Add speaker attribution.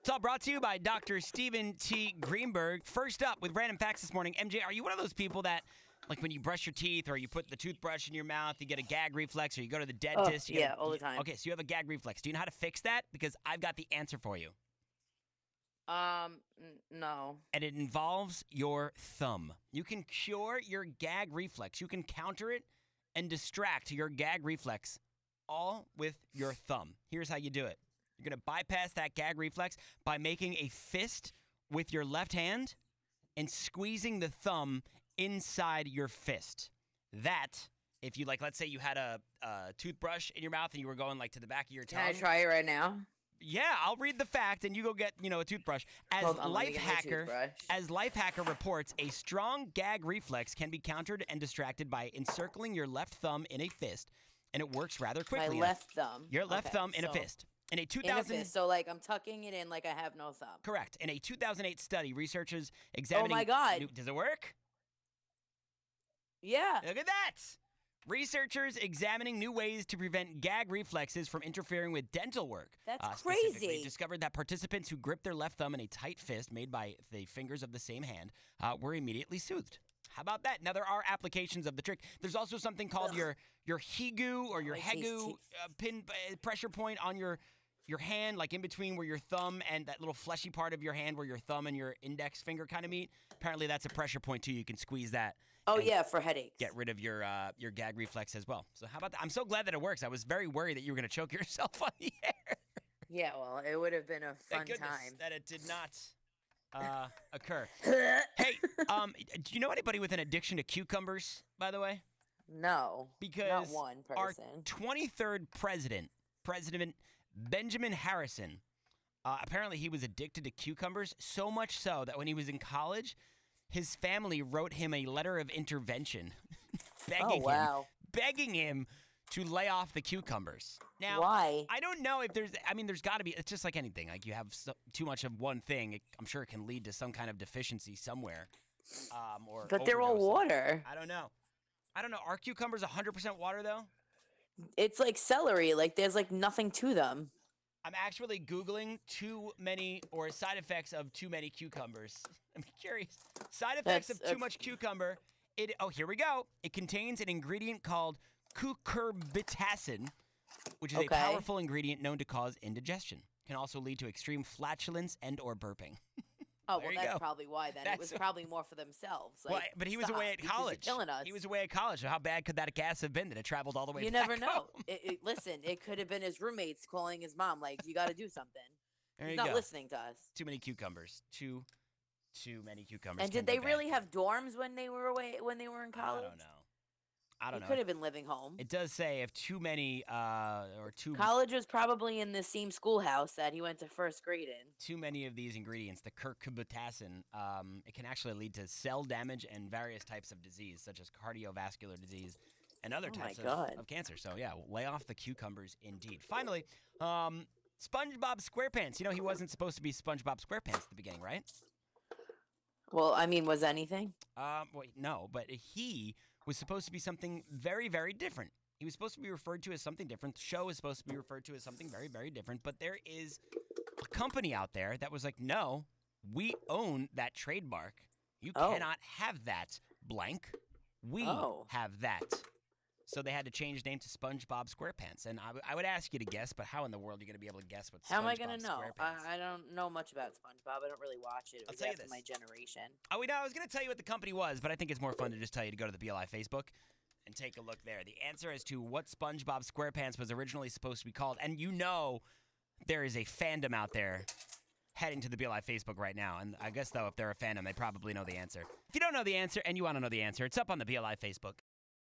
Speaker 1: It's all brought to you by Dr. Stephen T. Greenberg. First up with random facts this morning. MJ, are you one of those people that, like, when you brush your teeth or you put the toothbrush in your mouth, you get a gag reflex, or you go to the dentist? you
Speaker 2: Oh, yeah,
Speaker 1: gotta-
Speaker 2: all the time.
Speaker 1: Okay, so you have a gag reflex. Do you know how to fix that? Because I've got the answer for you,
Speaker 2: Um, n- no.
Speaker 1: and it involves your thumb. You can cure your gag reflex. You can counter it and distract your gag reflex, all with your thumb. Here's how you do it. You're gonna bypass that gag reflex by making a fist with your left hand. and squeezing the thumb inside your fist. That, if you like, let's say you had a, a toothbrush in your mouth and you were going like to the back of your tongue.
Speaker 2: Can I try it right now?
Speaker 1: Yeah, I'll read the fact and you go get, you know, a toothbrush. As
Speaker 2: Hold on, let me
Speaker 1: life
Speaker 2: get my
Speaker 1: hacker,
Speaker 2: toothbrush.
Speaker 1: as life hacker reports, a strong gag reflex can be countered and distracted by encircling your left thumb in a fist, and it works rather
Speaker 2: My
Speaker 1: quickly.
Speaker 2: left thumb.
Speaker 1: your left
Speaker 2: Okay,
Speaker 1: thumb in a
Speaker 2: so-
Speaker 1: fist. In a
Speaker 2: In a
Speaker 1: 2000
Speaker 2: fist. So like I'm tucking it in like I have no thumb.
Speaker 1: correct. In a 2008 study, researchers examining
Speaker 2: Oh God.
Speaker 1: new- does it work?
Speaker 2: Yeah.
Speaker 1: Look at that! Researchers examining new ways to prevent gag reflexes from interfering with dental work. Uh,
Speaker 2: That's
Speaker 1: specifically
Speaker 2: crazy.
Speaker 1: Discovered that participants who grip their left thumb in a tight fist made by the fingers of the same hand uh, were immediately soothed. How about that? Now there are applications of the trick. There's also something called your your higu or your
Speaker 2: I taste
Speaker 1: hegu
Speaker 2: teeth.
Speaker 1: uh, pin uh, pressure point on your your hand, like in between where your thumb and that little fleshy part of your hand where your thumb and your index finger kind of meet. Apparently that's a pressure point too. You can squeeze that
Speaker 2: Oh yeah, for headaches.
Speaker 1: get rid of your uh, your gag reflex as well. So how about that? I'm so glad that it works. I was very worried that you were going to choke yourself on the air.
Speaker 2: Yeah, well, it would have been a fun
Speaker 1: Thank goodness
Speaker 2: time.
Speaker 1: that it did not uh, occur. hey, um, do you know anybody with an addiction to cucumbers? By the way,
Speaker 2: No.
Speaker 1: because
Speaker 2: not one
Speaker 1: our
Speaker 2: person.
Speaker 1: 23rd president, President Benjamin Harrison, uh, apparently he was addicted to cucumbers so much so that when he was in college, his family wrote him a letter of intervention, begging him,
Speaker 2: Oh, wow.
Speaker 1: begging him to lay off the cucumbers. Now,
Speaker 2: Why?
Speaker 1: I don't know if there's. I mean, there's got to be. It's just like anything. Like you have so, too much of one thing, it, I'm sure it can lead to some kind of deficiency somewhere. Um, or
Speaker 2: But they're all
Speaker 1: overdose.
Speaker 2: water.
Speaker 1: I don't know. I don't know. Are cucumbers 100% water though?
Speaker 2: It's like celery. Like there's like nothing to them.
Speaker 1: I'm actually googling too many or side effects of too many cucumbers. I'm curious. Side effects
Speaker 2: That's
Speaker 1: of too
Speaker 2: a-
Speaker 1: much cucumber. It oh here we go. It contains an ingredient called cucurbitacin, which is
Speaker 2: Okay.
Speaker 1: a powerful ingredient known to cause indigestion. Can also lead to extreme flatulence and or burping.
Speaker 2: Oh
Speaker 1: There
Speaker 2: well,
Speaker 1: you
Speaker 2: that's
Speaker 1: go.
Speaker 2: probably why. Then
Speaker 1: That's
Speaker 2: it was
Speaker 1: what-
Speaker 2: probably more for themselves. Like,
Speaker 1: Well, but he was
Speaker 2: stop,
Speaker 1: away at
Speaker 2: because you're
Speaker 1: college.
Speaker 2: killing us.
Speaker 1: He was away at college. So how bad could that gas have been that it traveled all the way?
Speaker 2: You
Speaker 1: back
Speaker 2: never know.
Speaker 1: home?
Speaker 2: It, it, listen, it could have been his roommates calling his mom, like, "You got to do something."
Speaker 1: There
Speaker 2: He's
Speaker 1: you
Speaker 2: not
Speaker 1: go.
Speaker 2: listening to us.
Speaker 1: Too many cucumbers. Too, too many cucumbers.
Speaker 2: And
Speaker 1: can
Speaker 2: did
Speaker 1: be
Speaker 2: they
Speaker 1: bad.
Speaker 2: really have dorms when they were away when they were in
Speaker 1: I
Speaker 2: college?
Speaker 1: don't know. I don't
Speaker 2: He
Speaker 1: know.
Speaker 2: could have been living home.
Speaker 1: It does say if too many uh, or too
Speaker 2: College was probably in the same schoolhouse that he went to first grade in.
Speaker 1: too many of these ingredients, the curcubitacin, um, it can actually lead to cell damage and various types of disease, such as cardiovascular disease and other
Speaker 2: Oh my
Speaker 1: types of,
Speaker 2: God.
Speaker 1: of cancer. So yeah, lay off the cucumbers, indeed. Finally, um, SpongeBob SquarePants. You know he wasn't supposed to be SpongeBob SquarePants at the beginning, right?
Speaker 2: Well, I mean, was anything?
Speaker 1: Um, wait, no, but he was supposed to be something very, very different. He was supposed to be referred to as something different. The show is supposed to be referred to as something very, very different. But there is a company out there that was like, no, we own that trademark. You
Speaker 2: Oh.
Speaker 1: cannot have that blank. We
Speaker 2: Oh.
Speaker 1: have that. So they had to change name to SpongeBob SquarePants. And I, w- I would ask you to guess, but how in the world are you going to be able to guess what
Speaker 2: How am I
Speaker 1: going
Speaker 2: gonna
Speaker 1: to
Speaker 2: know? I, I don't know much about SpongeBob. I don't really watch it. It was
Speaker 1: tell you
Speaker 2: after
Speaker 1: this.
Speaker 2: my generation.
Speaker 1: Oh, we know. I was going to tell you what the company was, but I think it's more fun to just tell you to go to the BLI Facebook and take a look there. The answer as to what SpongeBob SquarePants was originally supposed to be called, and you know, there is a fandom out there heading to the BLI Facebook right now. And I guess though, if they're a fandom, they probably know the answer. If you don't know the answer and you want to know the answer, it's up on the BLI Facebook.